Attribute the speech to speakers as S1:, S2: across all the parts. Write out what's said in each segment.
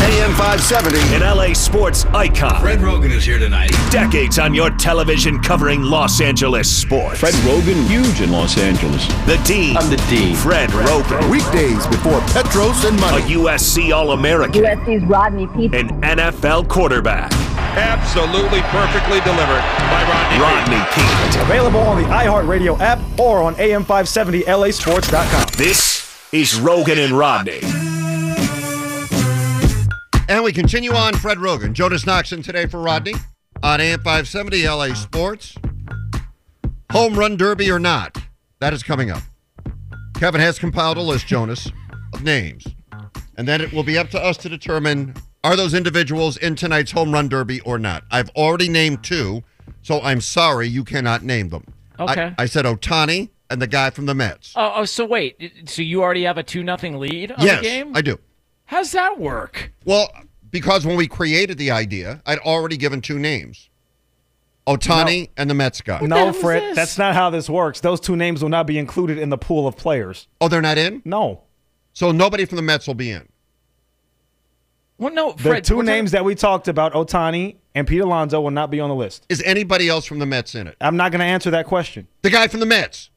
S1: AM 570.
S2: An LA sports icon.
S3: Fred Rogan is here tonight.
S2: Decades on your television covering Los Angeles sports.
S4: Fred Rogan, huge in Los Angeles.
S2: the Dean.
S3: I'm the Dean.
S2: Fred Roper.
S1: Weekdays before Petros and
S2: A
S1: Money.
S2: USC All American.
S5: USC's Rodney Pete.
S2: An NFL quarterback.
S6: Absolutely perfectly delivered by Rodney.
S2: Rodney Pete.
S7: Available on the iHeartRadio app or on AM570LASports.com.
S2: This is Rogan and Rodney.
S1: And we continue on Fred Rogan. Jonas Knoxon today for Rodney on AM 570 LA Sports. Home run derby or not, that is coming up. Kevin has compiled a list, Jonas, of names. And then it will be up to us to determine are those individuals in tonight's home run derby or not. I've already named two, so I'm sorry you cannot name them. I-
S8: Okay.
S1: I, said Otani and the guy from the Mets.
S8: Oh, oh, so wait. So you already have a two nothing lead on
S1: yes,
S8: the game?
S1: I do.
S8: How's that work?
S1: Well, because when we created the idea, I'd already given two names Otani and the Mets guy.
S8: hell
S7: No,
S8: is this?
S7: Fred, that's not how this works. Those two names will not be included in the pool of players.
S1: Oh, they're not in?
S7: No.
S1: So nobody from the Mets will be in.
S8: Well, no,
S7: The
S8: Fred.
S7: two
S8: we're
S7: names
S8: talking-
S7: that we talked about, Otani and Pete Alonso, will not be on the list.
S1: Is anybody else from the Mets in it?
S7: I'm not going to answer that question.
S1: The guy from the Mets.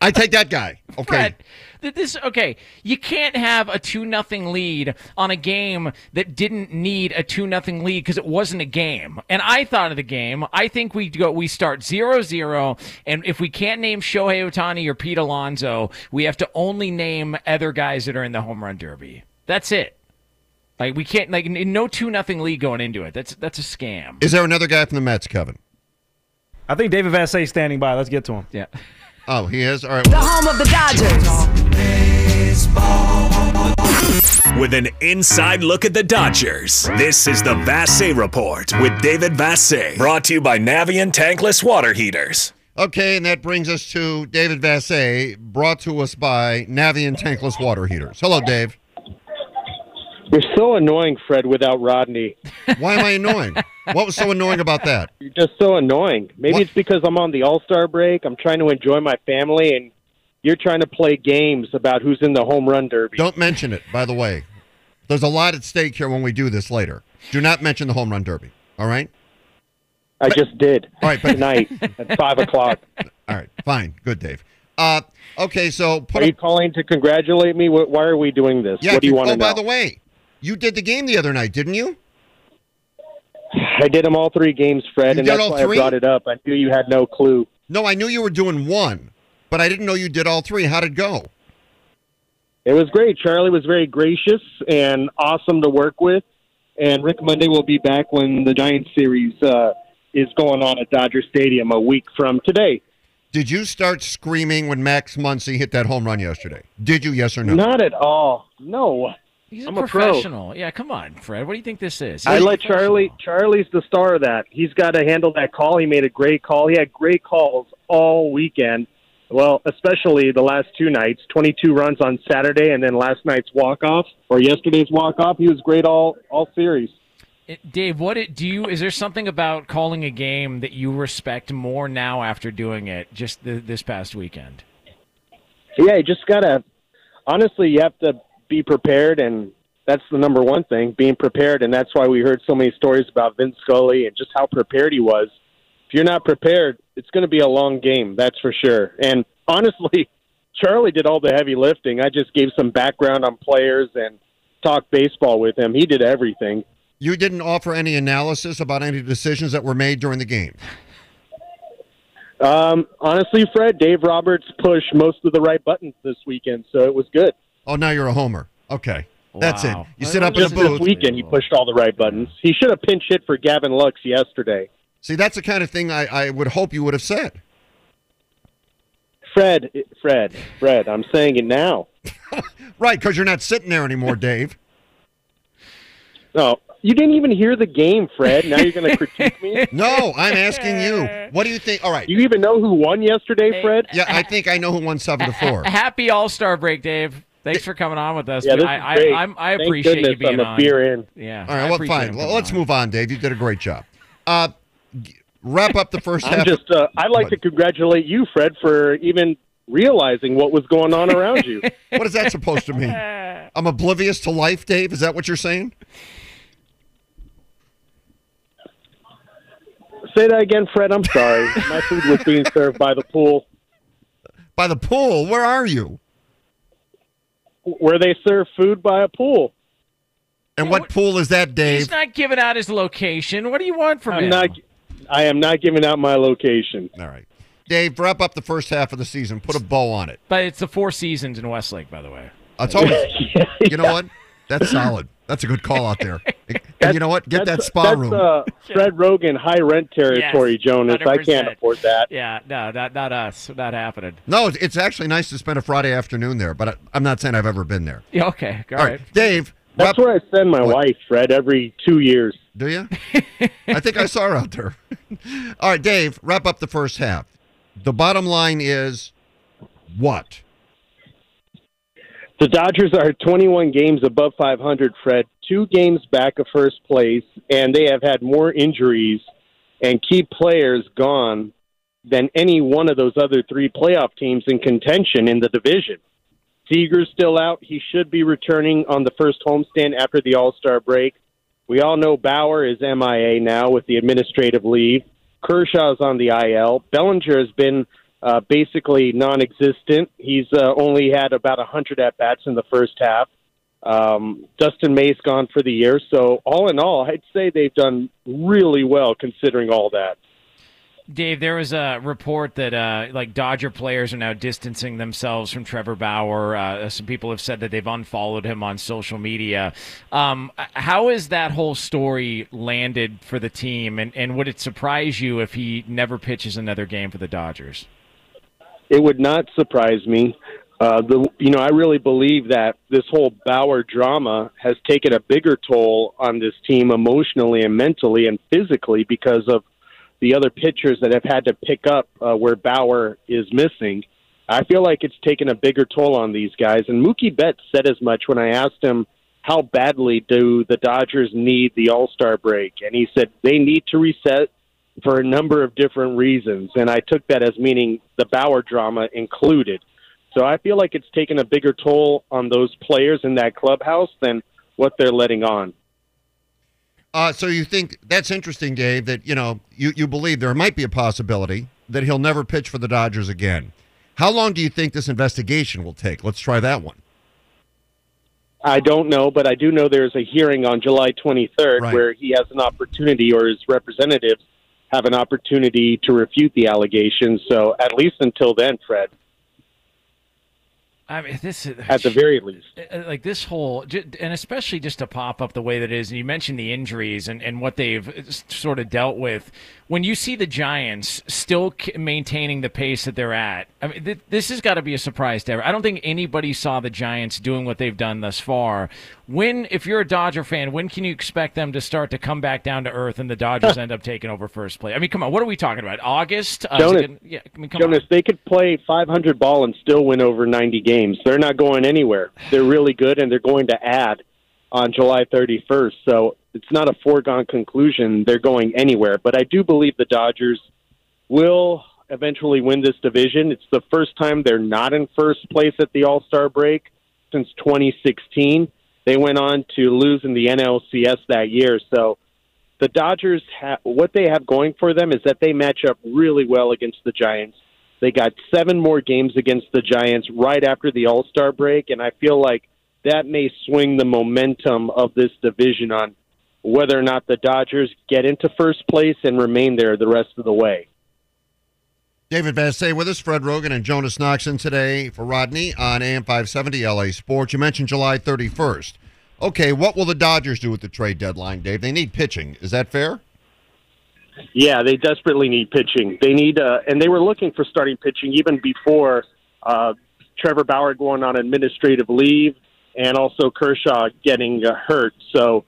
S1: I take that guy. Okay.
S8: Fred, th- this okay. You can't have a two nothing lead on a game that didn't need a two nothing lead because it wasn't a game. And I thought of the game. I think we go we start zero zero, and if we can't name Shohei Otani or Pete Alonso, we have to only name other guys that are in the home run derby. That's it. Like we can't like n- no two nothing lead going into it. That's that's a scam.
S1: Is there another guy from the Mets, Kevin?
S7: I think David Vassay standing by. Let's get to him.
S8: Yeah.
S1: Oh, he is? All right.
S5: the home of the Dodgers.
S2: With an inside look at the Dodgers. This is the Vasse Report with David Vasse. Brought to you by Navian Tankless Water Heaters.
S1: Okay, and that brings us to David Vasse, brought to us by Navian Tankless Water Heaters. Hello, Dave.
S9: You're so annoying, Fred, without Rodney.
S1: Why am I annoying? what was so annoying about that?
S9: You're just so annoying. Maybe
S1: What?
S9: it's because I'm on the All Star break. I'm trying to enjoy my family, and you're trying to play games about who's in the home run derby.
S1: Don't mention it, by the way. There's a lot at stake here when we do this later. Do not mention the home run derby. All right?
S9: I just did
S1: All right, but
S9: tonight at five o'clock.
S1: all right, fine. Good, Dave. Uh okay, so
S9: Are
S1: put up
S9: you calling to congratulate me? Wh- Why are we doing this?
S1: yeah,
S9: what do you
S1: oh,
S9: want to know?
S1: by the way, you did the game the other night, didn't you?
S9: I did them all three games, Fred,
S1: You
S9: and
S1: did
S9: that's
S1: all
S9: why
S1: three?
S9: I brought it up. I knew you had no clue.
S1: No, I knew you were doing one, but I didn't know you did all three. How'd it go?
S9: It was great. Charlie was very gracious and awesome to work with. And Rick Monday will be back when the Giants series uh, is going on at Dodger Stadium a week from today.
S1: Did you start screaming when Max Muncy hit that home run yesterday? Did you, yes or no?
S9: Not at all. No.
S8: He's
S9: I'm
S8: a
S9: a pro.
S8: professional. Yeah, come on, Fred. What do you think this is?
S9: I
S8: He's a
S9: let Charlie.
S8: professional.
S9: Charlie's the star of that. He's got to handle that call. He made a great call. He had great calls all weekend. Well, especially the last two nights, 22 runs on Saturday, and then last night's walk off or yesterday's walk off. He was great all all series.
S8: It- Eh, Dave, what it, do you? Is there something about calling a game that you respect more now after doing it just th- this past weekend?
S9: Yeah, you just gotta. Honestly, you have to be prepared, and that's the number one thing: being prepared. And that's why we heard so many stories about Vince Scully and just how prepared he was. If you're not prepared, it's going to be a long game, that's for sure. And honestly, Charlie did all the heavy lifting. I just gave some background on players and
S8: talk baseball with him. He did everything.
S1: You didn't offer any analysis about any decisions that were made during the game.
S8: Um, honestly, Fred, Dave Roberts pushed most of the right buttons this weekend, so it was good.
S1: Oh, now you're a homer. Okay. That's it.
S10: Wow.
S1: You sit up in a
S8: Just this
S1: booth.
S8: weekend, he pushed all the right buttons. He should have pinch hit for Gavin Lux yesterday.
S1: See, that's the kind of thing I, I would hope you would have said.
S8: Fred, Fred, Fred, I'm saying it now.
S1: Right, because you're not sitting there anymore, Dave.
S8: No, you didn't even hear the game, Fred. Now you're going to critique me?
S1: No, I'm asking you. What do you think? All right.
S8: You even know who won yesterday, Fred?
S1: Yeah, I think I know who won seven to four.
S10: A happy All Star break, Dave. Thanks for coming on with us.
S8: Yeah,
S10: dude.
S8: this
S10: I,
S8: is great.
S10: I, I'm, I
S8: Thank
S10: appreciate
S8: goodness
S10: you being
S8: I'm a
S10: on.
S8: beer in.
S10: Yeah.
S1: All
S10: I
S1: right, well,
S10: appreciate
S1: fine.
S10: him
S1: Well,
S10: coming
S1: let's
S10: on.
S1: move on, Dave. You did a great job. Uh, g- wrap up the first half.
S8: I'm just. Uh, I'd like to congratulate you, Fred, for even realizing what was going on around you.
S1: What is that supposed to mean? I'm oblivious to life, Dave. Is that what you're saying?
S8: Say that again, Fred. I'm sorry. My food was being served by the pool
S1: By the pool. Where are you?
S8: where they serve food by a pool.
S1: And what pool is that,
S10: He's
S1: Dave?
S10: not giving out his location. What do you want from
S8: I'm
S10: him?
S8: not. I am not giving out my location.
S1: All right. Dave, wrap up the first half of the season. Put a bow on it.
S10: But it's the Four Seasons in Westlake, by the way.
S1: I told you. You know what? That's solid. That's a good call out there. And you know what? Get that
S8: That's-
S1: spa
S8: that's,
S1: room.
S8: Uh, Fred Rogan high rent territory,
S10: Yes,
S8: Jonas. I can't
S10: 100%.
S8: afford that.
S10: Yeah, no, not not us. Not happening.
S1: No, it's- it's actually nice to spend a Friday afternoon there, but I, I'm not saying I've ever been there.
S10: Yeah, okay.
S1: All right, Dave.
S8: That's
S1: wrap-
S8: where I send my
S1: What?
S8: wife, Fred, every two years.
S1: Do you? I think I saw her out there. All right, Dave, wrap up the first half. The bottom line is what?
S8: The Dodgers are 21 games above 500, Fred, two games back of first place, and they have had more injuries and key players gone than any one of those other three playoff teams in contention in the division. Seager's still out. He should be returning on the first homestand after the All Star break. We all know Bauer is MIA now with the administrative leave. Kershaw's on the IL. Bellinger has been uh, basically non existent. He's uh, only had about 100 at bats in the first half. Um, Dustin May's gone for the year. So, all in all, I'd say they've done really well considering all that.
S10: Dave, there was a report that uh, like Dodger players are now distancing themselves from Trevor Bauer. Uh, some people have said that they've unfollowed him on social media. Um, how has that whole story landed for the team, and, and would it surprise you if he never pitches another game for the Dodgers?
S8: It would not surprise me. Uh, the you know I really believe that this whole Bauer drama has taken a bigger toll on this team emotionally and mentally and physically because of the other pitchers that have had to pick up uh, where Bauer is missing. I feel like it's taken a bigger toll on these guys. And Mookie Betts said as much when I asked him how badly do the Dodgers need the All Star break, and he said they need to reset for a number of different reasons, and I took that as meaning the Bauer drama included. So I feel like it's taken a bigger toll on those players in that clubhouse than what they're letting on.
S1: Uh, so you think that's interesting, Dave? That you know you you believe there might be a possibility that he'll never pitch for the Dodgers again. How long do you think this investigation will take? Let's try that one.
S8: I don't know, but I do know there's a hearing on July 23rd
S1: Right.
S8: where he has an opportunity, or his representatives have an opportunity to refute the allegations. So at least until then, Fred,
S10: I mean, this is
S8: at the very least.
S10: uh, like this whole ju- and especially just to pop up the way that it is and you mentioned the injuries and, and what they've uh, s- sort of dealt with when you see the giants still c- maintaining the pace that they're at i mean th- this has got to be a surprise to everyone i don't think anybody saw the giants doing what they've done thus far when if you're a dodger fan when can you expect them to start to come back down to earth and the dodgers end up taking over first place i mean come on what are we talking about august uh, is it
S8: Jonas-
S10: gonna- yeah, I mean, come
S8: Jonas,
S10: on.
S8: they could play 500 ball and still win over 90 games. They're not going anywhere. They're really good, and they're going to add on July 31st. So it's not a foregone conclusion they're going anywhere. But I do believe the Dodgers will eventually win this division. It's the first time they're not in first place at the All Star break since 2016. They went on to lose in the NLCS that year. So the Dodgers, ha- what they have going for them is that they match up really well against the Giants. They got seven more games against the Giants right after the All Star break, and I feel like that may swing the momentum of this division on whether or not the Dodgers get into first place and remain there the rest of the way.
S1: David Bassay with us, Fred Rogan and Jonas Knoxon today for Rodney on AM 570 LA Sports. You mentioned July 31st. Okay, what will the Dodgers do with the trade deadline, Dave? They need pitching. Is that fair?
S8: Yeah, they desperately need pitching. They need, uh, and they were looking for starting pitching even before uh, Trevor Bauer going on administrative leave and also Kershaw getting uh, hurt. So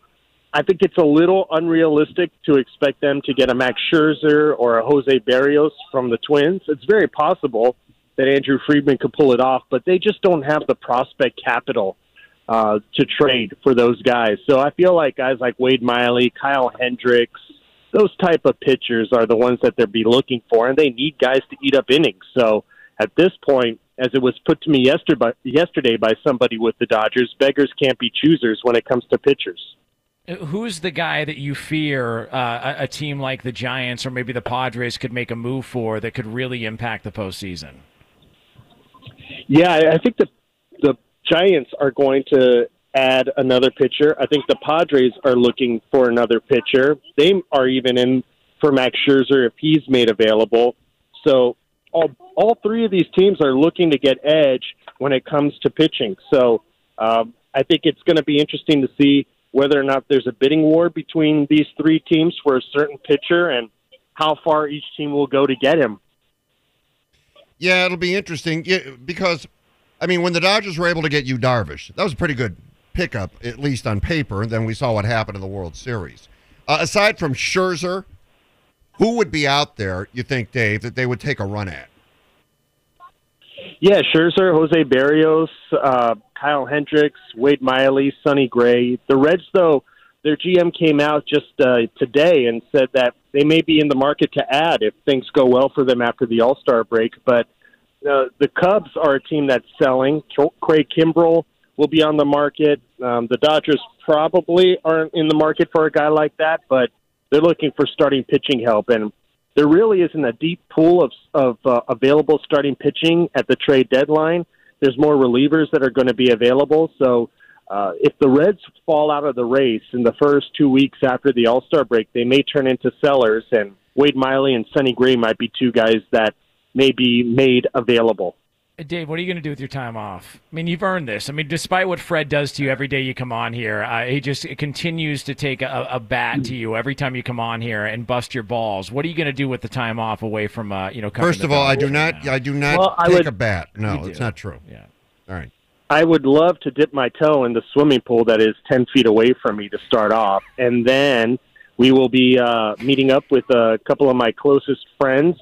S8: I think it's a little unrealistic to expect them to get a Max Scherzer or a Jose Barrios from the Twins. It's very possible that Andrew Friedman could pull it off, but they just don't have the prospect capital uh, to trade for those guys. So I feel like guys like Wade Miley, Kyle Hendricks, those type of pitchers are the ones that they'll be looking for, and they need guys to eat up innings. So at this point, as it was put to me yesterday, yesterday by somebody with the Dodgers, beggars can't be choosers when it comes to pitchers.
S9: Uh, Who's the guy that you fear uh, a, a team like the Giants or maybe the Padres could make a move for that could really impact the postseason?
S8: Yeah, I I think the the Giants are going to add another pitcher. I think the Padres are looking for another pitcher. They are even in for Max Scherzer if he's made available. So all all three of these teams are looking to get edge when it comes to pitching. So um, I think it's going to be interesting to see whether or not there's a bidding war between these three teams for a certain pitcher and how far each team will go to get him.
S1: Yeah, it'll be interesting yeah, because, I mean, when the Dodgers were able to get you Darvish, that was a pretty good pickup, at least on paper. And then we saw what happened in the World Series. Uh, aside from Scherzer, who would be out there, you think, Dave, that they would take a run at?
S8: Yeah, Scherzer, Jose Barrios, uh, Kyle Hendricks, Wade Miley, Sonny Gray. The Reds, though, their GM came out just uh, today and said that they may be in the market to add if things go well for them after the All Star break. But uh, the Cubs are a team that's selling. Tr- Craig Kimbrell will be on the market. Um, the Dodgers probably aren't in the market for a guy like that, but they're looking for starting pitching help. And there really isn't a deep pool of, of uh, available starting pitching at the trade deadline. There's more relievers that are going to be available. So uh, if the Reds fall out of the race in the first two weeks after the All Star break, they may turn into sellers, and Wade Miley and Sonny Gray might be two guys that may be made available.
S9: Dave, what are you going to do with your time off? I mean, you've earned this. I mean, despite what Fred does to you every day you come on here, uh, he just continues to take a, a, bat to you every time you come on here and bust your balls. What are you going to do with the time off away from uh, you know?
S1: First of all, I do not, I do not
S8: Well, I
S1: take
S8: would-
S1: a bat. No,
S9: You
S1: it's
S9: do.
S1: not true.
S9: Yeah.
S1: All right.
S8: I would love to dip my toe in the swimming pool that is 10 feet away from me to start off. And then we will be uh, meeting up with a couple of my closest friends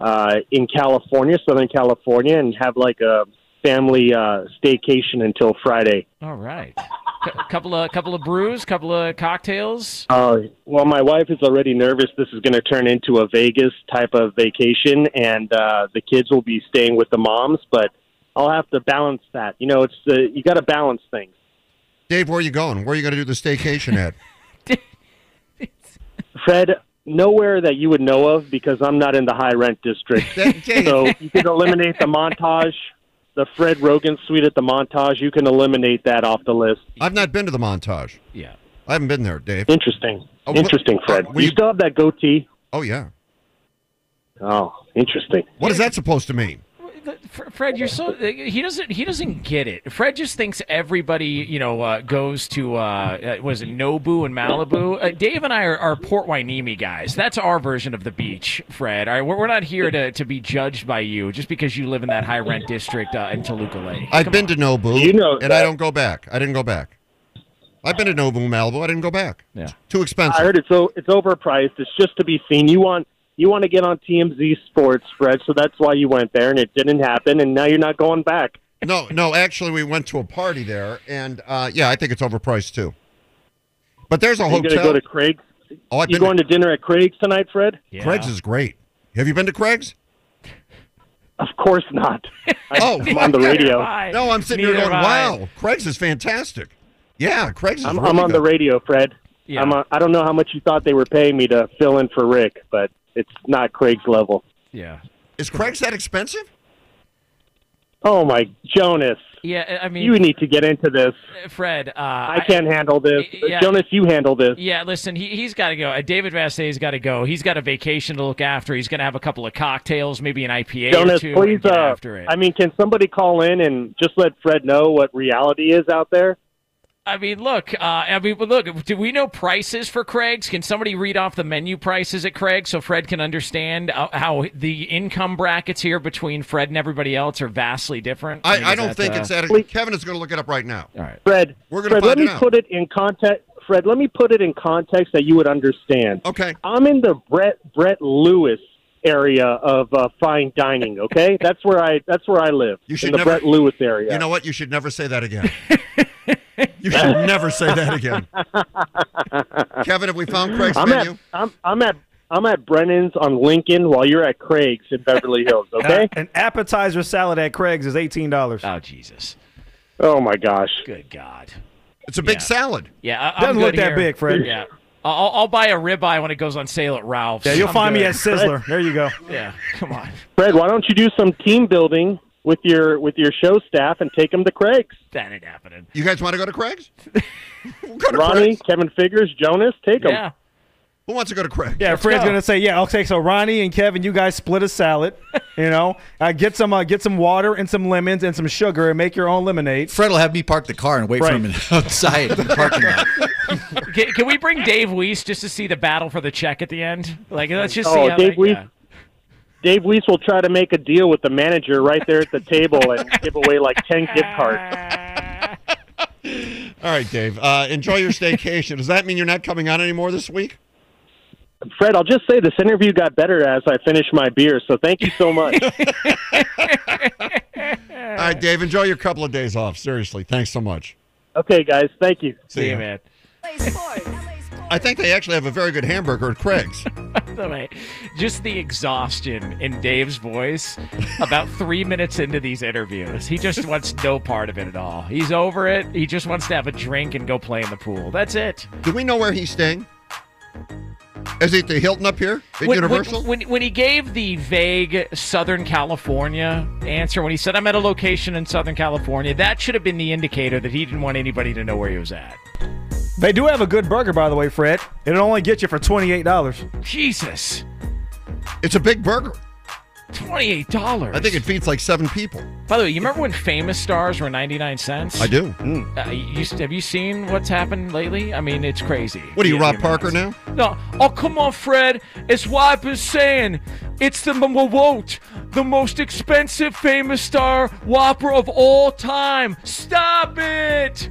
S8: uh, in California, Southern California, and have like a family uh, staycation until Friday.
S9: All right, C- couple of couple of brews, couple of cocktails.
S8: Uh, well, my wife is already nervous. This is going to turn into a Vegas type of vacation, and uh, the kids will be staying with the moms. But I'll have to balance that. You know, it's the you got to balance things.
S1: Dave, where are you going? Where are you going to do the staycation at?
S8: Fred, nowhere that you would know of because I'm not in the high rent district. so you can eliminate the montage, the Fred Rogan suite at the montage. You can eliminate that off the list.
S1: I've not been to the montage.
S9: Yeah.
S1: I haven't been there, Dave.
S8: Interesting.
S1: Oh, wh-
S8: Interesting, Fred.
S1: uh,
S8: You
S1: we-
S8: still have that goatee?
S1: Oh, yeah.
S8: Oh, interesting.
S1: What is that supposed to mean?
S9: F- Fred, you're so he doesn't he doesn't get it. Fred just thinks everybody you know uh, goes to uh, uh, was it Nobu and Malibu. Uh, Dave and I are, are Port Wainimi guys. That's our version of the beach, Fred. All right, we're, we're not here to, to be judged by you just because you live in that high rent district uh, in Toluca Lake.
S1: I've been to Nobu,
S8: You know
S1: and I
S8: that-
S1: don't go back. I didn't go back. I've been to Nobu, Malibu. I didn't go back.
S9: Yeah.
S1: Too expensive.
S8: I heard it's o- it's overpriced. It's just to be seen. You want you want to get on TMZ Sports, Fred. So that's why you went there, and it didn't happen. And now you're not going back.
S1: No, no. Actually, we went to a party there, and uh, yeah, I think it's overpriced too. But there's a
S8: You're going to
S1: hotel.
S8: go to Craig's.
S1: oh, I've
S8: You
S1: been
S8: going
S1: to,
S8: to dinner at Craig's tonight, Fred?
S9: Yeah.
S1: Craig's is great. Have you been to Craig's?
S8: Of course not.
S1: Oh,
S8: I'm on the radio.
S1: no, I'm sitting here
S9: Neither
S1: going,
S9: am I.
S1: wow, Craig's is fantastic. Yeah, Craig's is
S8: I'm,
S1: really
S8: I'm on the
S1: good.
S8: radio, Fred.
S9: Yeah.
S8: I'm on, I don't know how much you thought they were paying me to fill in for Rick, but it's not Craig's level.
S9: Yeah.
S1: Is Craig's that expensive?
S9: Oh my Jonas.
S8: Yeah, I mean,
S9: You need to get into this.
S8: Fred. Uh,
S9: I can't handle this.
S8: yeah.
S9: Jonas, you handle this.
S8: Yeah, listen, he, he's got to go. Uh, David Vassay's got to go. He's got a vacation to look after. He's going to have a couple of cocktails, maybe an IPA or
S9: Jonas,
S8: two.
S9: please.
S8: and get
S9: uh,
S8: after it.
S9: I mean, can somebody call in and just let Fred know what reality is out there?
S8: I mean, look. Uh, I mean, but look. Do we know prices for Craig's? Can somebody read off the menu prices at Craig's so Fred can understand uh, how the income brackets here between Fred and everybody else are vastly different? mean,
S1: I, I
S8: is
S1: don't
S8: that,
S1: think
S8: uh,
S1: it's adequate. Kevin is going to look it up right now.
S8: All right.
S9: Fred,
S1: We're gonna
S9: Fred,
S1: find
S9: let me
S1: it out.
S9: put it in context. Fred, let me put it in context that you would understand.
S1: Okay.
S9: I'm in the Brett Brett Lewis area of uh, fine dining. Okay, that's where I that's where I live.
S1: You
S9: in
S1: should
S9: the
S1: never-
S9: Brett Lewis area.
S1: You know what? You should never say that again. you should never say that again. Kevin, have we found Craig's
S9: I'm
S1: menu?
S9: at I'm, I'm at I'm at Brennan's on Lincoln while you're at Craig's in Beverly Hills.
S7: Uh,
S9: Okay.
S7: an appetizer salad at Craig's is eighteen dollars.
S8: Oh Jesus!
S9: oh my gosh.
S8: Good God!
S1: It's a big
S8: Yeah.
S1: salad.
S8: Yeah, I, I'm
S7: Doesn't look
S8: good
S7: that
S8: here.
S7: big, Fred.
S8: Yeah, I'll, I'll buy a ribeye when it goes on sale at Ralph's.
S7: Yeah, you'll
S8: I'm
S7: find me
S8: good.
S7: at Sizzler. There you go.
S8: Yeah, come on.
S9: Fred, why don't you do some team building with your with your show staff and take them to Craig's?
S8: That ain't happening.
S1: You guys want to go to Craig's? We'll go to
S9: Ronnie,
S1: Craig's.
S9: Kevin Figures, Jonas, take them.
S8: Yeah.
S1: Who wants to go to Craig's?
S7: Yeah, Fred's
S8: go.
S7: gonna say, yeah, okay. So Ronnie and Kevin, you guys split a salad. You know, uh, get some, uh, get some water and some lemons and some sugar and make your own lemonade.
S3: Fred will have me park the car and wait for
S7: Right.
S3: him in- outside in the parking lot.
S8: Can, can we bring Dave Weiss just to see the battle for the check at the end? Like, let's just see.
S9: Oh,
S8: how
S9: Dave
S8: that-
S9: Weiss.
S8: yeah.
S9: Dave Weiss will try to make a deal with the manager right there at the table and give away like ten gift cards.
S1: All right, Dave. Uh, enjoy your staycation. Does that mean you're not coming on anymore this week?
S9: Fred, I'll just say this interview got better as I finished my beer, so thank you so much.
S1: All right, Dave. Enjoy your couple of days off. Seriously, thanks so much.
S9: okay, guys, thank you.
S8: See
S1: ya.
S8: you, man.
S1: I think they actually have a very good hamburger at Craig's.
S8: All right. Just the exhaustion in Dave's voice about three minutes into these interviews. He just wants no part of it at all. He's over it. He just wants to have a drink and go play in the pool. That's it.
S1: Do we know where he's staying? Is he at the Hilton up here at Universal?
S8: When, when he gave the vague Southern California answer, when he said, I'm at a location in Southern California, that should have been the indicator that he didn't want anybody to know where he was at.
S7: They do have a good burger, by the way, Fred. It'll only get you for twenty eight dollars.
S8: Jesus,
S1: it's a big burger.
S8: $28.
S1: I think it feeds like seven people.
S8: By the way, you remember when famous stars were 99 cents?
S1: I do.
S8: Uh, you, have you seen what's happened lately? I mean, it's crazy.
S1: What are you,
S8: The-
S1: Rob
S8: the
S1: Parker
S8: amounts. No. Oh, come on, Fred. It's what I've been saying. It's the m- m- Woat, the most expensive famous star whopper of all time. Stop it.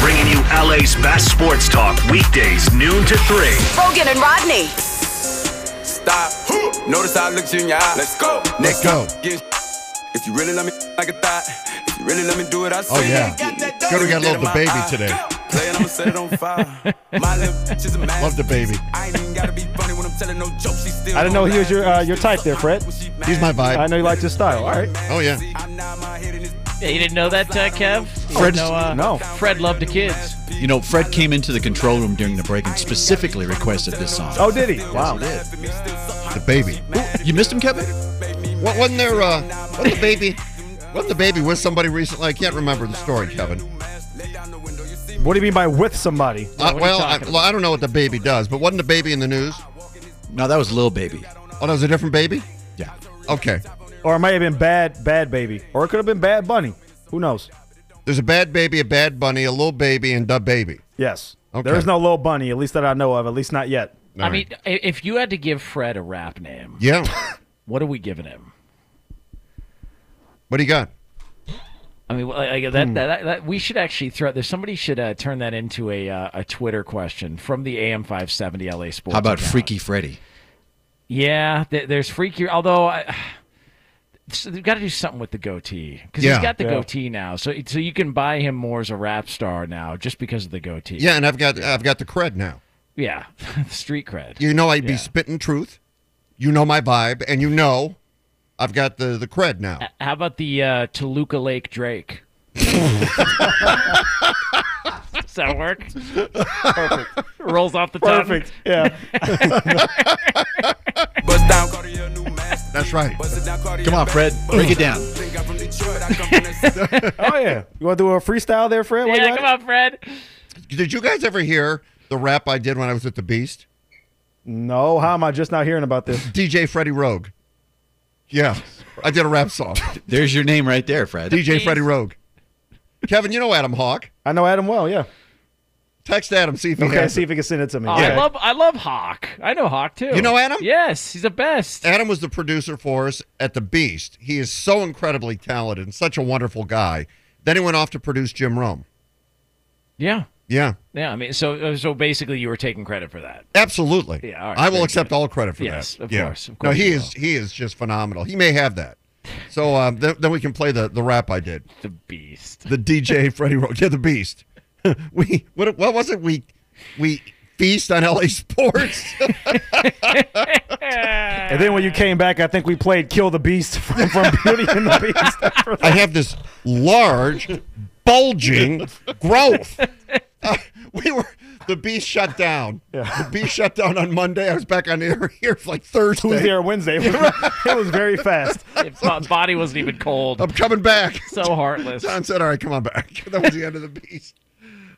S2: Bringing you LA's best sports talk weekdays, noon to 3.
S5: Rogan and Rodney.
S11: Stop. Notice I looked you in your eye. Let's go.
S1: Let's go.
S11: Give- If you really let me like a thought, if you really let me do it, I say.
S1: Oh, yeah. Coulda got a little
S11: Look at
S1: DaBaby
S11: my eye.
S1: today.
S11: Play it, I'ma set it on fire. My little bitch is a man.
S1: Love the baby.
S11: I ain't even gotta be funny when I'm telling no jokes. She still
S7: I didn't know he was your uh, your type there, Fred.
S1: He's my vibe.
S7: I know you liked his style. All right.
S1: Oh yeah.
S8: Yeah, you didn't know that, uh, Kev? You
S3: Fred's-
S8: didn't know, uh,
S7: No.
S8: Fred loved the kids.
S3: You know, Fred came into the control room during the break and specifically requested this song.
S7: Oh, did he? Wow.
S1: The baby.
S3: You missed him, Kevin?
S1: What wasn't there? Uh, wasn't the baby? Wasn't the baby with somebody recently? I can't remember the story, Kevin.
S7: What do you mean by with somebody?
S1: Uh,
S8: what are you
S1: well, I,
S8: talking
S1: well, I don't know what the baby does, but wasn't the baby in the news?
S3: No, that was Lil Baby.
S1: Oh, that was a different baby.
S3: Yeah.
S1: Okay.
S7: Or it might have been bad, bad baby, or it could have been bad bunny. Who knows?
S1: There's a bad baby, a bad bunny, a little baby, and the baby.
S7: Yes.
S1: Okay.
S7: There is no little bunny, at least that I know of. At least not yet.
S8: I mean, i- if you had to give Fred a rap name,
S1: Yeah.
S8: what are we giving him?
S1: what do you got?
S8: I mean, well, I, I, that,
S1: Hmm.
S8: that, that, that we should actually throw. There's somebody should uh, turn that into a uh, a Twitter question from the AM570 LA Sports.
S3: How about
S8: account.
S3: Freaky Freddy?
S8: Yeah, th- there's freaky. Although I, so they've got to do something with the goatee because
S1: Yeah.
S8: he's got the
S1: Yeah.
S8: goatee now. So so you can buy him more as a rap star now just because of the goatee.
S1: Yeah, and I've got I've got the cred now.
S8: yeah, street cred.
S1: You know I'd be
S8: Yeah.
S1: spitting truth. You know my vibe, and you know I've got the the cred now.
S8: How about the uh, Toluca Lake Drake? Does that work? Perfect. Rolls off the tongue.
S7: Perfect. Yeah.
S1: That's right.
S3: Come on, Fred. Break it down.
S7: oh yeah. You want to do a freestyle there, Fred? While you're at it?
S8: on, Fred.
S1: Did you guys ever hear the rap I did when I was at the Beast?
S7: No. How am I just not hearing about this?
S1: DJ Freddie Rogue. Yeah, I did a rap song.
S3: There's your name right there, Fred.
S1: DJ Freddie Rogue. Kevin, you know Adam Hawk.
S7: I know Adam well. Yeah.
S1: Text Adam see if he
S7: Okay.
S1: has
S7: See
S1: it.
S7: if you can send it to me.
S8: Oh,
S7: Okay.
S8: I love I love Hawk. I know Hawk too.
S1: You know Adam?
S8: Yes, he's the best.
S1: Adam was the producer for us at the Beast. He is so incredibly talented and such a wonderful guy. Then he went off to produce Jim Rome.
S8: Yeah.
S1: Yeah,
S8: Yeah, I mean, so so basically, you were taking credit for that.
S1: absolutely.
S8: Yeah, all right,
S1: I will
S8: very
S1: accept all credit for
S8: Yes,
S1: that.
S8: of
S1: Yeah.
S8: course, of course
S1: No, he
S8: you
S1: is he is just phenomenal. He may have that. So um, th- then we can play the the rap I did.
S8: The beast.
S1: The DJ Freddie Roach. Yeah, the Beast. we what what was it? We we feast on LA sports.
S7: And then when you came back, I think we played "Kill the Beast" from, from Beauty and the Beast.
S1: I have this large, bulging growth. Uh, we were the beast shut down. The beast shut down on Monday. I was back on the air here for like Thursday.
S7: Tuesday or Wednesday. It was, it was very fast.
S8: His bo- body wasn't even cold.
S1: I'm coming back.
S8: So heartless.
S1: Don said, "All right, come on back." That was the end of the beast.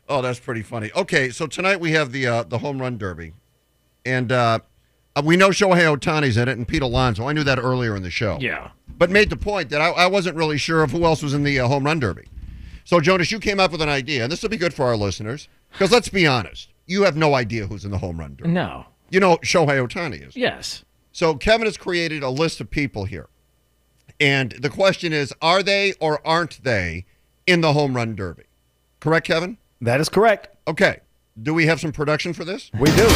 S1: Oh, that's pretty funny. Okay, so tonight we have the uh, the home run derby, and uh, we know Shohei Otani's in it and Pete Alonso. I knew that earlier in the show.
S8: Yeah.
S1: but made the point that I, I wasn't really sure of who else was in the uh, home run derby. So, Jonas, you came up with an idea, and this will be good for our listeners because let's be honest, you have no idea who's in the home run derby.
S8: No.
S1: You know Shohei Otani is.
S8: Yes.
S1: So, Kevin has created a list of people here, and the question is, are they or aren't they in the home run derby? Correct, Kevin?
S7: That is correct.
S1: Okay. Do we have some production for this?
S7: We do.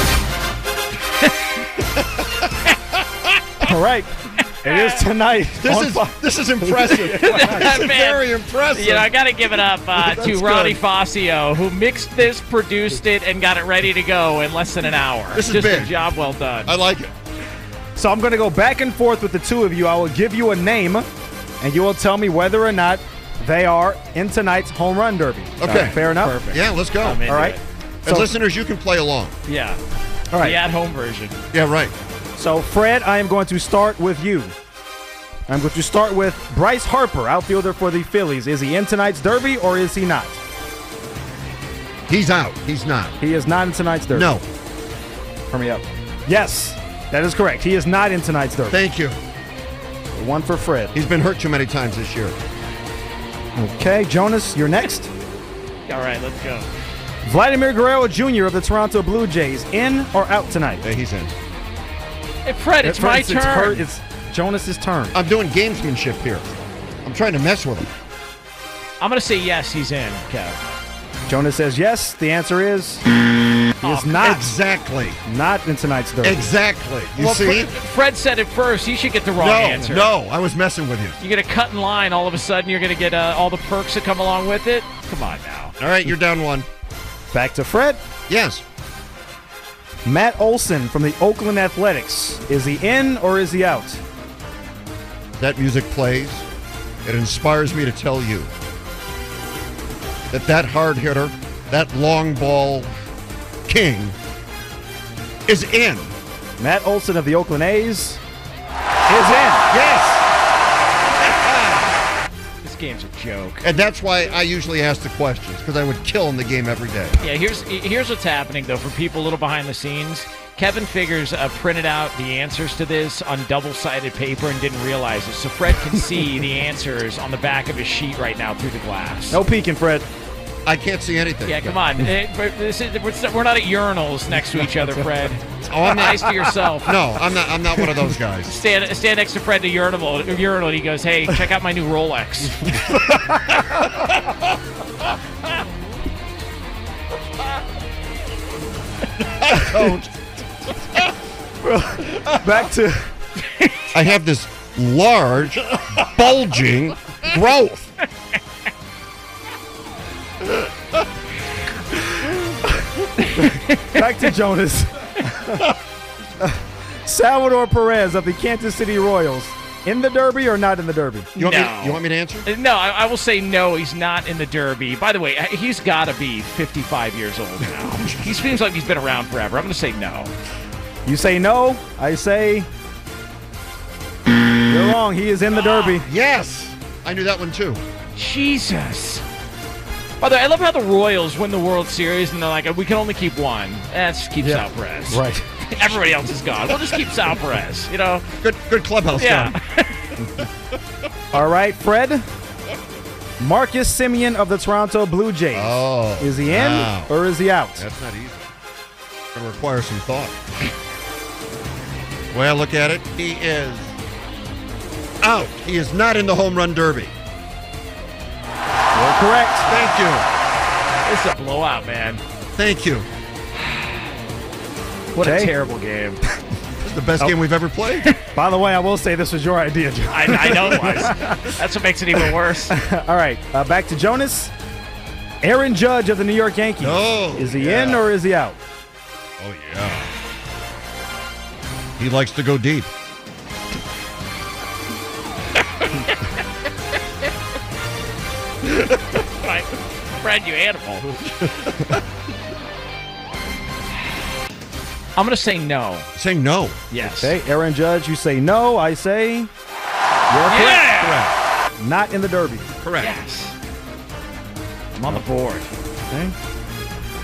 S7: All right. It is tonight.
S1: This
S7: on
S1: is
S7: Fox-
S1: this is impressive.
S8: That man-
S1: Very impressive.
S8: You know, I got to give it up uh, to
S1: That's
S8: Ronnie
S1: good.
S8: Fascio, who mixed this, produced it, and got it ready to go in less than an hour.
S1: This is
S8: Just
S1: big.
S8: a job well done.
S1: I like it.
S7: So I'm going to go back and forth with the two of you. I will give you a name, and you will tell me whether or not they are in tonight's home run derby. All
S1: Okay.
S7: right, fair enough.
S1: Yeah, let's go.
S8: I'm into
S7: All right.
S8: it.
S1: And
S7: So-
S1: listeners, you can play along.
S8: Yeah.
S7: All
S8: The
S7: right.
S8: at-home version.
S1: Yeah, right.
S7: So Fred, I am going to start with you. I'm going to start with Bryce Harper, outfielder for the Phillies. Is he in tonight's derby or is he not?
S1: He's out. He's not.
S7: He is not in tonight's derby.
S1: No.
S7: Hurry up. Yes, that is correct. He is not in tonight's derby.
S1: Thank you.
S7: One for Fred.
S1: He's been hurt too many times this year.
S7: Okay, Jonas, you're next.
S8: All right, let's go.
S7: Vladimir Guerrero Jr. of the Toronto Blue Jays, in or out tonight?
S1: Yeah, he's in.
S8: Hey, Fred, it's my turn.
S7: It's, her, it's Jonas's turn.
S1: I'm doing gamesmanship here. I'm trying to mess with him.
S8: I'm going to say yes, he's in, Kev.
S7: Jonas says yes. The answer is he
S8: Oh,
S7: is not
S1: Exactly.
S7: not in tonight's derby.
S1: Exactly. You
S8: well,
S1: see?
S8: Fred, Fred said it first. He should get the wrong answer.
S1: No, no. I was messing with you.
S8: You're going to cut in line all of a sudden. You're going to get uh, all the perks that come along with it. Come on now.
S1: All right, you're down one.
S7: Back to Fred.
S1: Yes.
S7: Matt Olson from the Oakland Athletics. Is he in or is he out?
S1: That music plays. It inspires me to tell you that that hard hitter, that long ball king, is in.
S7: Matt Olson of the Oakland A's is in. Yes.
S8: This game's a joke.
S1: And that's why I usually ask the questions because I would kill in the game every day.
S8: Yeah, here's here's what's happening though for people a little behind the scenes. Kevin figures uh, printed out the answers to this on double-sided paper and didn't realize it. So Fred can see the answers on the back of his sheet right now through the glass.
S7: No peeking, Fred.
S1: I can't see anything.
S8: Yeah, come on. Eh, but this is- we're not at urinals next to each other, Fred.
S1: Oh, I'm
S8: Nice
S1: not.
S8: to yourself.
S1: No, I'm not. I'm not one of those guys.
S8: Stand, stand next to Fred to urinal. urinal. He goes, "Hey, check out my new Rolex."
S7: Back to
S1: I have this large, bulging growth.
S7: Back to Jonas. Salvador Perez of the Kansas City Royals. In the Derby or not in the Derby?
S8: no. Uh, No, I, I will say no. He's not in the Derby. By the way, I- he's got to be 55 years old now. he seems like he's been around forever. I'm going to say no.
S7: You say no, I say you're wrong. He is in the Derby.
S1: Yes, I knew that one too.
S8: Jesus. By the way, I love how the Royals win the World Series and they're like, we can only keep one. Let's just keep
S1: Yeah,
S8: Sal Perez.
S1: right.
S8: Everybody else is gone. We'll just keep Sal Perez. You know.
S1: Good, good clubhouse.
S8: Yeah.
S7: All right, Fred. Marcus Simeon of the Toronto Blue Jays. Oh, is he in
S1: wow.
S7: or is he out?
S1: That's not easy. Gonna require some thought. The way I look at it, he is out. He is not in the home run derby.
S7: You're correct.
S1: Thank you.
S8: It's a blowout, man.
S1: Thank you.
S8: What
S7: Okay.
S8: a terrible game.
S1: This is the best
S7: Oh.
S1: game we've ever played.
S7: By the way, I will say this was your idea, Joe.
S8: I, I know it was. That's what makes it even worse.
S7: All right, uh, back to Jonas. Aaron Judge of the New York Yankees.
S1: Oh,
S7: is he
S1: yeah.
S7: in or is he out?
S1: Oh yeah. He likes to go deep.
S8: Right. Fred, you animal. I'm going to say no.
S1: Say no.
S8: Yes.
S7: Okay, Aaron Judge, you say no. I say you're
S8: Yeah.
S7: correct. Not in the Derby.
S1: Correct.
S8: Yes. I'm on the board.
S7: Okay.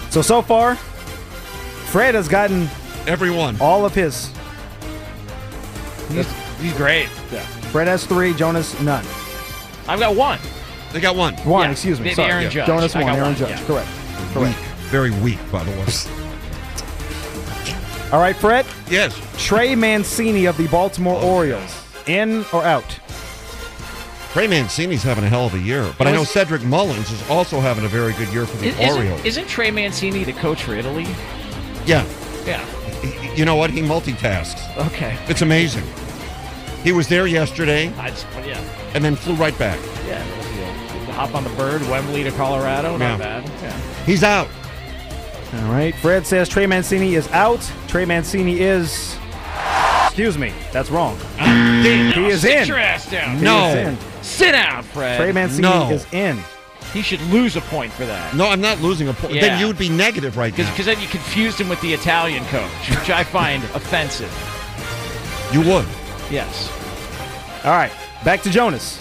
S7: So so far, Fred has gotten
S1: Everyone.
S7: all of his.
S8: He's, he's great.
S7: Fred has three. Jonas none.
S8: I've got one.
S1: They got one.
S7: One.
S8: Yeah,
S7: excuse me.
S8: maybe
S7: Sorry.
S8: Aaron Yeah. Judge.
S7: Jonas
S8: I
S7: one.
S8: got
S7: Aaron
S8: one,
S7: Judge.
S8: yeah.
S7: Correct.
S1: Weak.
S7: Correct.
S1: Very weak, by the way.
S7: All right, Fred.
S1: yes.
S7: Trey Mancini of the Baltimore
S8: Oh,
S7: Orioles. In or out?
S1: Trey Mancini's having a hell of a year, but I know Cedric Mullins is also having a very good year for the
S8: Is,
S1: Orioles.
S8: isn't, isn't Trey Mancini the coach for Italy?
S1: yeah.
S8: Yeah.
S1: He- he- you know what? He multitasks.
S8: Okay.
S1: It's amazing. He was there yesterday
S8: I just, yeah.
S1: and then flew right back.
S8: Yeah. Hop on the bird, Wembley to Colorado. Not
S1: Yeah.
S8: bad. Yeah.
S1: He's out.
S7: All right. Fred says Trey Mancini is out. Trey Mancini is. Excuse me. That's wrong.
S8: He
S7: is
S8: Sit
S7: in.
S8: your ass down.
S7: He
S1: No.
S7: is in.
S8: Sit down, Fred.
S7: Trey Mancini
S1: No.
S7: is in.
S8: He should lose a point for that.
S1: No, I'm not losing a point.
S8: Yeah.
S1: Then you would be negative right now.
S8: Because then you confused him with the Italian coach, which I find offensive.
S1: You would.
S8: Yes.
S7: All right. Back to Jonas.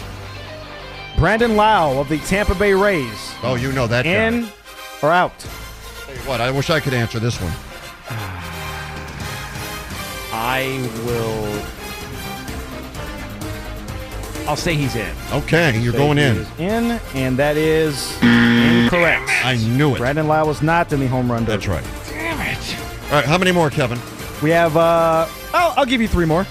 S7: Brandon Lau of the Tampa Bay Rays.
S1: Oh, you know that. guy.
S7: In or out?
S1: Tell you What? I wish I could answer this one.
S8: I will. I'll say he's in.
S1: Okay, you're
S7: Say
S1: going
S7: he
S1: in.
S7: is in, and that is incorrect.
S1: I knew it.
S7: Brandon Lau was not in the home run. derby.
S1: That's right.
S8: Damn it.
S1: All right, how many more, Kevin?
S7: We have. uh I'll, I'll give you three more.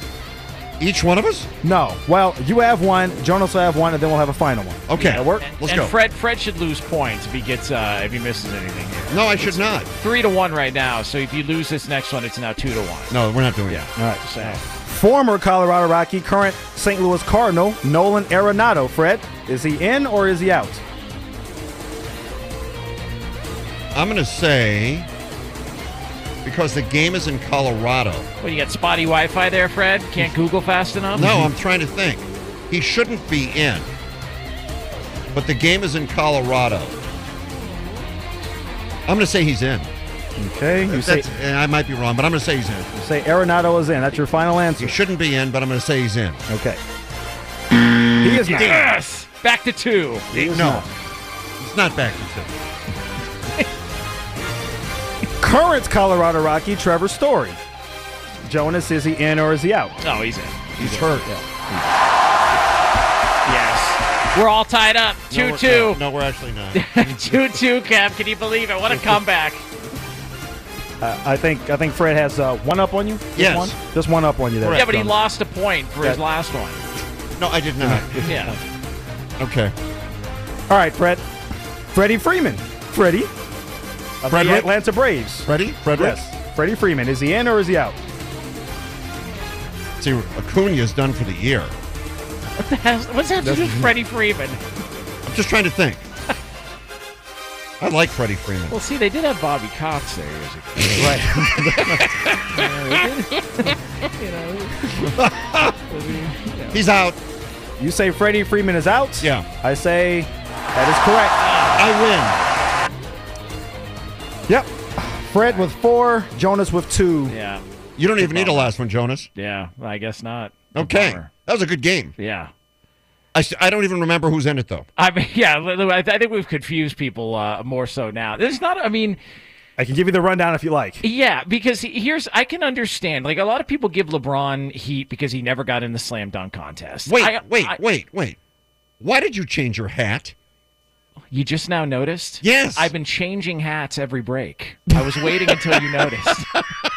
S1: Each one of us?
S7: No. Well, you have one. Jonas will have one, and then we'll have a final one.
S1: Okay.
S7: That work?
S8: And,
S1: Let's
S8: and
S1: go.
S8: Fred, Fred should lose points if he gets uh, if he misses anything here.
S1: no, I should not.
S8: Three to one right now. So if you lose this next one, it's now two to one.
S1: No, we're not doing it.
S7: All right.
S8: So
S7: Former Colorado Rocky, current St. Louis Cardinal, Nolan Arenado. Fred, is he in or is he out?
S1: I'm going to say because the game is in Colorado.
S8: what you got? Spotty Wi-Fi there, Fred. Can't Google fast enough.
S1: No, I'm trying to think. He shouldn't be in. But the game is in Colorado. I'm going to say he's in.
S7: Okay. You say,
S1: That's- eh, I might be wrong, but I'm going to say he's in.
S7: you say Arenado is in. That's your final
S1: He
S7: answer.
S1: shouldn't be in, but I'm going to say he's in.
S7: Okay. He is not.
S8: Yes. Back to two.
S1: no. It's not back to two.
S7: Current Colorado Rocky, Trevor Story. Jonas, is he in or is he out?
S8: Oh, he's in.
S1: He's hurt.
S8: Yes. We're all tied up. Two
S1: No, we're-
S8: two.
S1: No, no, we're actually not.
S8: two two. Cap. Can you believe it? What a comeback.
S7: Uh, I think I think Fred has uh, one up on you. Just
S1: Yes.
S7: One? Just one up on you there.
S8: Yeah, but he
S7: Jonas.
S8: lost a point for his
S7: That-
S8: last one.
S1: No, I did not.
S8: Yeah.
S1: Okay.
S7: All right, Fred. Freddie Freeman. Freddie. Of
S1: Frederick?
S7: the Atlanta Braves.
S1: Ready? Frederick?
S7: Yes. Freddie Freeman. Is he in or is he out?
S1: See, Acuna's done for the year.
S8: What the hell? What's that to do with Freddie Freeman?
S1: I'm just trying to think. I like Freddie Freeman.
S8: Well, see, they did have Bobby Cox there years ago. Right. you
S7: know,
S1: He's out.
S7: You say Freddie Freeman is out?
S1: Yeah.
S7: I say that is correct. I win. Yep. Fred with four, Jonas with two.
S8: Yeah.
S1: You don't even need a last one, Jonas.
S8: Yeah, I guess not.
S1: Okay.
S8: Bummer.
S1: That was a good game.
S8: Yeah.
S1: I, s- I don't even remember who's in it, though.
S8: I mean, yeah, li- li- I th- I think we've confused people uh, more so now. There's not, I mean,
S7: I can give you the rundown if you like.
S8: yeah, because he- here's, I can understand. Like, a lot of people give LeBron heat because he never got in the slam dunk contest.
S1: Wait,
S8: I-
S1: wait,
S8: I-
S1: wait, wait. Why did you change your hat?
S8: You just now noticed?
S1: Yes.
S8: I've been changing hats every break. I was waiting until you noticed.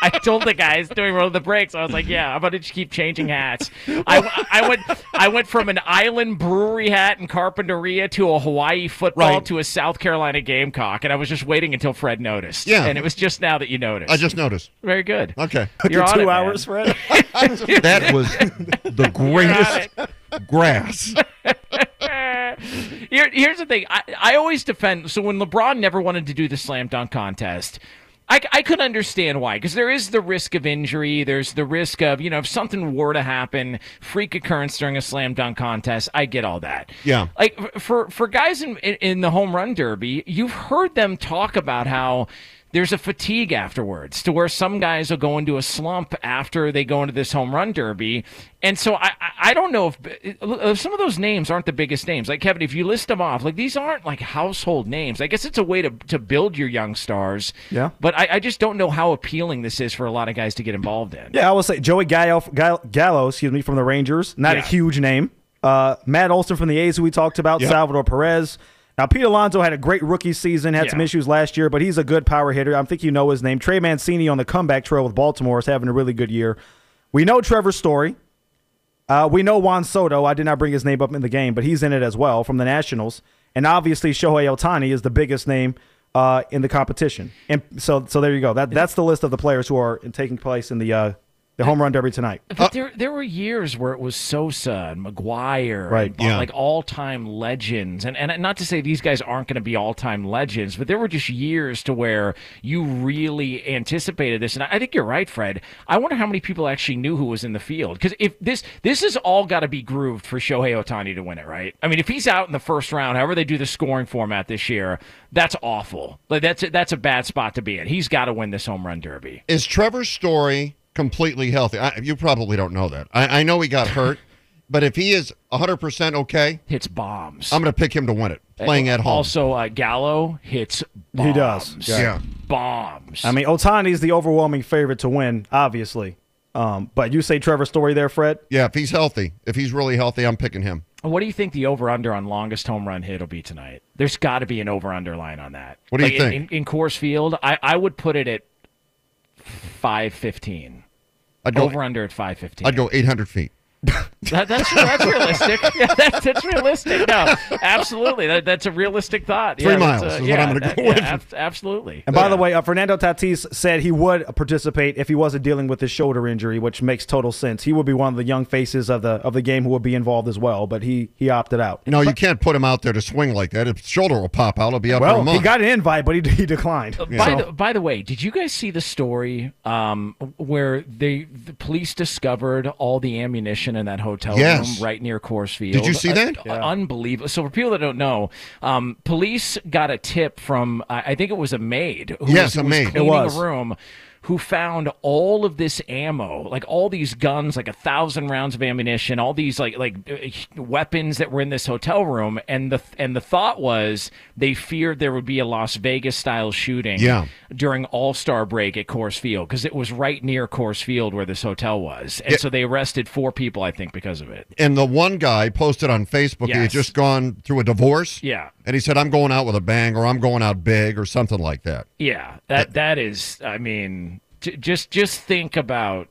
S8: I told the guys during one of the breaks, I was like, "Yeah, I'm about to just keep changing hats." I, I went I went from an Island Brewery hat and Carpinteria to a Hawaii football
S1: Right.
S8: to a South Carolina Gamecock, and I was just waiting until Fred noticed.
S1: Yeah.
S8: and it was just now that you noticed.
S1: I just noticed.
S8: very good.
S1: Okay.
S7: Took
S8: You're
S7: you
S8: on
S7: two
S8: it, man.
S7: hours, Fred.
S1: That was the greatest grass.
S8: Here, here's the thing. I, I always defend. So when LeBron never wanted to do the slam dunk contest, I, c- I could understand why because there is the risk of injury. There's the risk of you know if something were to happen, freak occurrence during a slam dunk contest. I get all that.
S1: Yeah.
S8: Like f- for for guys in in- in the home run derby, you've heard them talk about how. There's a fatigue afterwards to where some guys will go into a slump after they go into this home run derby. And so I, I- I don't know if uh, some of those names aren't the biggest names. Like, Kevin, if you list them off, like these aren't like household names. I guess it's a way to, to build your young stars.
S7: Yeah.
S8: But I, I just don't know how appealing this is for a lot of guys to get involved in.
S7: Yeah, I will say Joey Gallo, Gallo, Gallo excuse me, from the Rangers. Not a
S8: Yeah.
S7: huge name. Uh, Matt Olson from the A's, who we talked about.
S1: Yeah.
S7: Salvador Perez. Now, Pete Alonso had a great rookie season, had some
S8: Yeah.
S7: issues last year, but he's a good power hitter. I think you know his name. Trey Mancini on the comeback trail with Baltimore is having a really good year. We know Trevor Story. Uh, we know Juan Soto. I did not bring his name up in the game, but he's in it as well from the Nationals. And obviously, Shohei Otani is the biggest name uh, in the competition. And so, so there you go. That that's the list of the players who are taking place in the uh, the home run derby tonight.
S8: But there, there were years where it was Sosa and McGuire,
S7: Right,
S8: and Bo-
S7: yeah.
S8: like all time legends. And and not to say these guys aren't going to be all time legends, but there were just years to where you really anticipated this. And I I think you're right, Fred. I wonder how many people actually knew who was in the field because if this this has all got to be grooved for Shohei Otani to win it, right? I mean, if he's out in the first round, however they do the scoring format this year, that's awful. Like that's a, that's a bad spot to be in. He's got to win this home run derby.
S1: Is Trevor's story completely healthy? I, you probably don't know that. I, I know he got hurt, but if he is 100% okay,
S8: Hits bombs.
S1: I'm going to pick him to win it, playing at home.
S8: Also, uh, Gallo hits bombs.
S7: He does. Yeah.
S1: yeah.
S8: Bombs.
S7: I mean, Otani's the overwhelming favorite to win, obviously. Um, but you say Trevor Story there, Fred?
S1: Yeah, if he's healthy, if he's really healthy, I'm picking him.
S8: what do you think the over under on longest home run hit will be tonight? There's got to be an over under line on that.
S1: What do you
S8: Like, in-
S1: think?
S8: In, in Coors Field, I, I would put it at 515.
S1: I'd go,
S8: Over under at 515.
S1: I'd go 800 feet.
S8: That, that's, that's realistic. Yeah, that's, that's realistic. No, absolutely. That, that's a realistic thought.
S1: Three
S8: yeah, that's,
S1: miles is
S8: uh,
S1: what
S8: yeah,
S1: I'm gonna
S8: that-
S1: go
S8: yeah,
S1: with.
S8: ab- absolutely.
S7: And by the way, uh, Fernando Tatis said he would participate if he wasn't dealing with his shoulder injury, which makes total sense. He would be one of the young faces of the of the game who would be involved as well, but he he opted out.
S1: No, you can't put him out there to swing like that. His shoulder will pop out. It'll be out for a
S7: Well,
S1: month.
S7: he got an invite, but he, he declined.
S8: By,
S7: So-
S8: the, by the way, did you guys see the story um, where they, the police discovered all the ammunition in that hotel
S1: Yes.
S8: room right near Coors Field?
S1: Did you see
S8: Uh,
S1: that?
S8: uh, Unbelievable. So, for people that don't know, um, police got a tip from, I I think it was a maid who
S1: Yes,
S8: was,
S1: a
S8: who was
S1: maid. It
S8: cleaning
S7: was.
S8: a room who found all of this ammo, like all these guns, like a thousand rounds of ammunition, all these like like uh, weapons that were in this hotel room, and the and the thought was they feared there would be a Las Vegas style shooting
S1: Yeah.
S8: during All Star break at Coors Field because it was right near Coors Field where this hotel was, and
S1: Yeah.
S8: so they arrested four people, I think, because of it.
S1: and the one guy posted on Facebook he had
S8: Yes.
S1: just gone through a divorce.
S8: Yeah.
S1: And he said, I'm going out with a bang or I'm going out big or something like that.
S8: Yeah, that that is. I mean, j- just just think about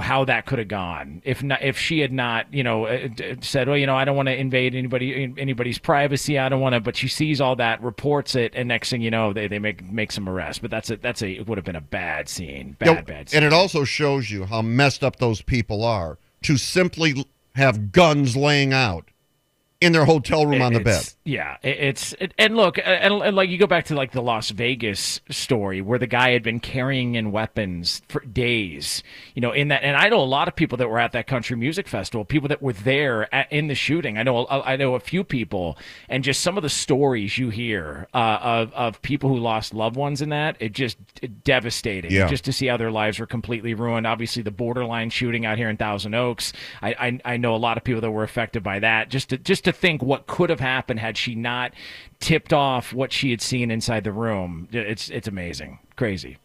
S8: how that could have gone if not if she had not you know uh, d- said well you know I don't want to invade anybody in- anybody's privacy I don't want to but she sees all that reports it and next thing you know they, they make make some arrests but that's a that's a it would have been a bad scene bad
S1: Yeah,
S8: bad scene
S1: and it also shows you how messed up those people are to simply have guns laying out in their hotel room on the bed.
S8: Yeah, it- it's it, and look, uh, and, and like you go back to like the Las Vegas story where the guy had been carrying in weapons for days, you know, in that. And I know a lot of people that were at that country music festival, people that were there at, in the shooting. I know, I know a few people, and just some of the stories you hear uh, of of people who lost loved ones in that, it just devastating.
S1: Yeah.
S8: Just just to see how their lives were completely ruined. Obviously, the borderline shooting out here in Thousand Oaks. I, I, I know a lot of people that were affected by that. Just to, just to think what could have happened had she not tipped off what she had seen inside the room. It's it's amazing, crazy.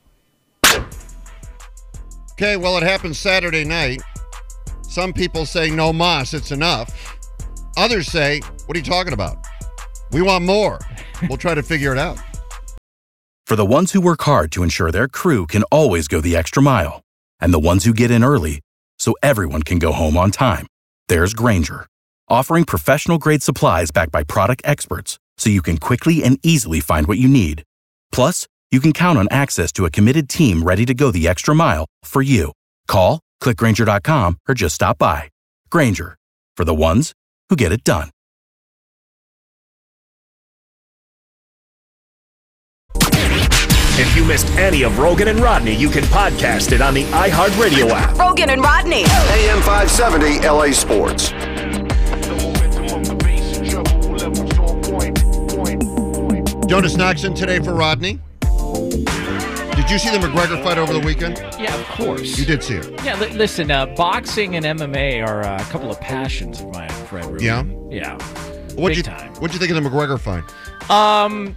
S1: Okay, well, it happened Saturday night. Some people say, no mas, it's enough. Others say, what are you talking about? We want more. We'll try to figure it out.
S12: For the ones who work hard to ensure their crew can always go the extra mile, and the ones who get in early so everyone can go home on time, there's Granger, offering professional grade supplies backed by product experts so you can quickly and easily find what you need. Plus, you can count on access to a committed team ready to go the extra mile for you. Call, clickgranger.com, or just stop by. Granger, for the ones who get it done.
S2: If you missed any of Rogan and Rodney, you can podcast it on the iHeartRadio app.
S5: Rogan and Rodney.
S13: AM 570 LA Sports.
S1: Jonas Knoxon today for Rodney. Did you see the McGregor fight over the weekend?
S8: Yeah, of course.
S1: You did see it.
S8: Yeah, li- listen, uh, boxing and MMA are uh, a couple of passions of mine, Fred. Rubin.
S1: Yeah?
S8: yeah.
S1: What'd
S8: Big
S1: you
S8: time.
S1: What'd you think of the McGregor fight?
S8: Um,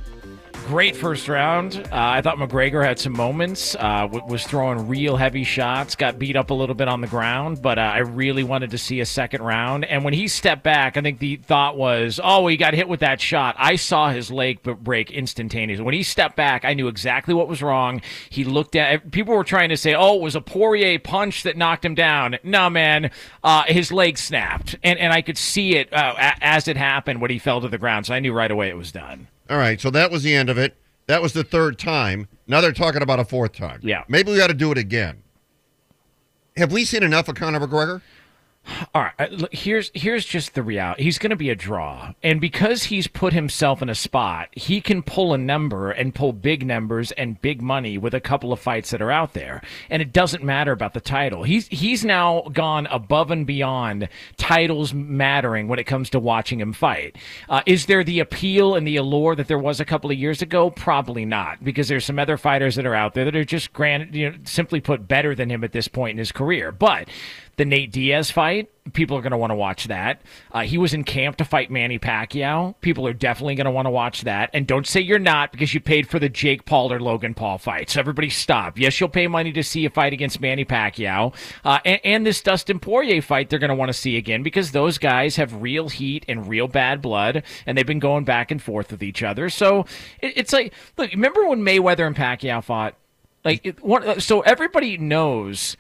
S8: great first round. Uh, I thought McGregor had some moments. Uh, w- was throwing real heavy shots. Got beat up a little bit on the ground, but uh, I really wanted to see a second round. And when he stepped back, I think the thought was, "Oh, he got hit with that shot." I saw his leg b- break instantaneously. When he stepped back, I knew exactly what was wrong. He looked at. People were trying to say, "Oh, it was a Poirier punch that knocked him down." No, man, uh, his leg snapped, and and I could see it uh, a- as it happened when he fell to the ground. So I knew right away it was done.
S1: All right, so that was the end of it. That was the third time. Now they're talking about a fourth time.
S8: Yeah.
S1: Maybe we got to do it again. Have we seen enough of Conor McGregor?
S8: All right, uh, look, here's here's just the reality. He's going to be a draw, and because he's put himself in a spot, he can pull a number and pull big numbers and big money with a couple of fights that are out there, and it doesn't matter about the title. He's he's now gone above and beyond titles mattering when it comes to watching him fight. Uh, is there the appeal and the allure that there was a couple of years ago? Probably not, because there's some other fighters that are out there that are just granted, you know, simply put, better than him at this point in his career, but the Nate Diaz fight. People are going to want to watch that. Uh, he was in camp to fight Manny Pacquiao. People are definitely going to want to watch that. And don't say you're not because you paid for the Jake Paul or Logan Paul fight. So everybody stop. Yes, you'll pay money to see a fight against Manny Pacquiao. Uh, and, and this Dustin Poirier fight, they're going to want to see again because those guys have real heat and real bad blood. And they've been going back and forth with each other. So it, it's like, look, remember when Mayweather and Pacquiao fought? Like, it, one, uh, so everybody knows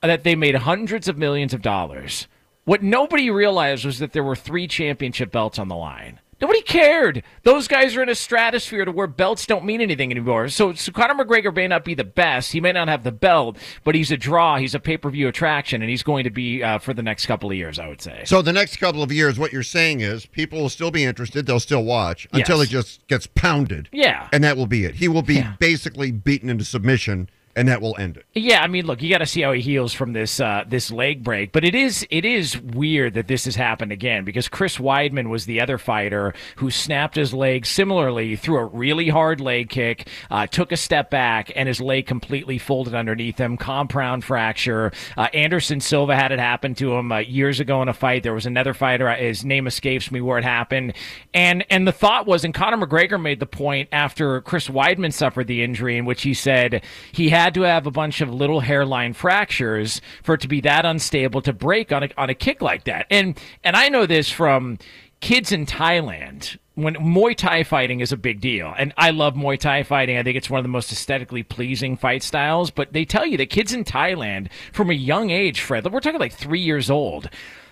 S8: that they made hundreds of millions of dollars. What nobody realized was that there were three championship belts on the line. Nobody cared. Those guys are in a stratosphere to where belts don't mean anything anymore. So, so Conor McGregor may not be the best. He may not have the belt, but he's a draw. He's a pay per view attraction, and he's going to be uh, for the next couple of years, I would say.
S1: So the next couple of years, what you're saying is people will still be interested. They'll still watch until
S8: Yes.
S1: it just gets pounded.
S8: Yeah.
S1: And that will be it. He will be basically beaten into submission, and that will end it.
S8: Yeah, I mean, look, you got to see how he heals from this uh, this leg break. But it is it is weird that this has happened again because Chris Weidman was the other fighter who snapped his leg similarly threw a really hard leg kick, uh, took a step back, and his leg completely folded underneath him, compound fracture. Uh, Anderson Silva had it happen to him uh, years ago in a fight. There was another fighter, uh, his name escapes me where it happened, and and the thought was, and Conor McGregor made the point after Chris Weidman suffered the injury in which he said he had to have a bunch of little hairline fractures for it to be that unstable to break on a, on a kick like that. And and I know this from kids in Thailand when Muay Thai fighting is a big deal. And I love Muay Thai fighting. I think it's one of the most aesthetically pleasing fight styles, but they tell you that kids in Thailand from a young age, Fred, we're talking like 3 years old,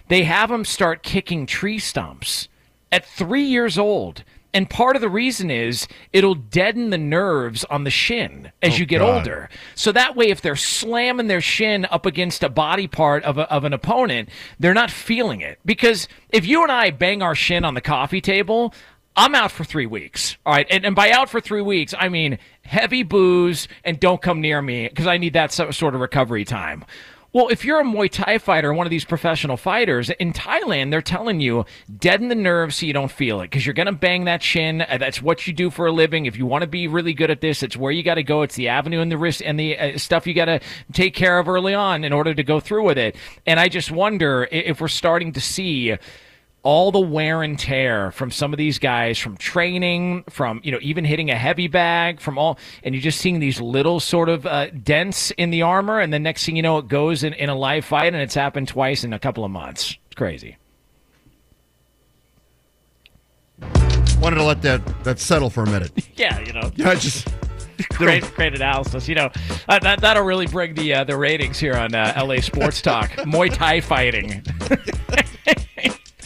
S8: they have them start kicking tree stumps at three years old. And part of the reason is it'll deaden the nerves on the shin as
S14: Oh,
S8: you get
S14: God.
S8: older. So that way, if they're slamming their shin up against a body part of, a, of an opponent, they're not feeling it. Because if you and I bang our shin on the coffee table, I'm out for three weeks. All right. And, and by out for three weeks, I mean heavy booze and don't come near me because I need that so, sort of recovery time. Well, if you're a Muay Thai fighter, one of these professional fighters in Thailand, they're telling you deaden the nerves so you don't feel it because you're going to bang that shin. Uh, That's what you do for a living. If you want to be really good at this, it's where you got to go. It's the avenue and the risk and the uh, stuff you got to take care of early on in order to go through with it. And I just wonder i- if we're starting to see all the wear and tear from some of these guys from training from you know even hitting a heavy bag from all and you're just seeing these little sort of uh, dents in the armor and the next thing you know it goes in, in a live fight and it's happened twice in a couple of months it's crazy
S1: Wanted to let that that settle for a minute.
S8: yeah you know
S1: Yeah, I just
S8: great great analysis you know uh, that, that'll really bring the uh, the ratings here on uh, la sports talk muay thai fighting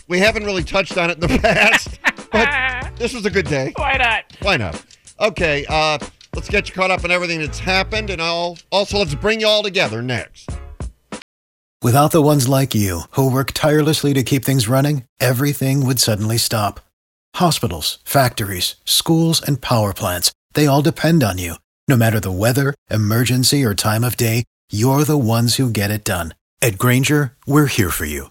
S1: we haven't really touched on it in the past, but this was a good day.
S8: Why not?
S1: Why not? Okay, uh, let's get you caught up on everything that's happened, and I'll also let's bring you all together next.
S15: Without the ones like you, who work tirelessly to keep things running, everything would suddenly stop. Hospitals, factories, schools, and power plants, they all depend on you. No matter the weather, emergency, or time of day, you're the ones who get it done. At Granger, we're here for you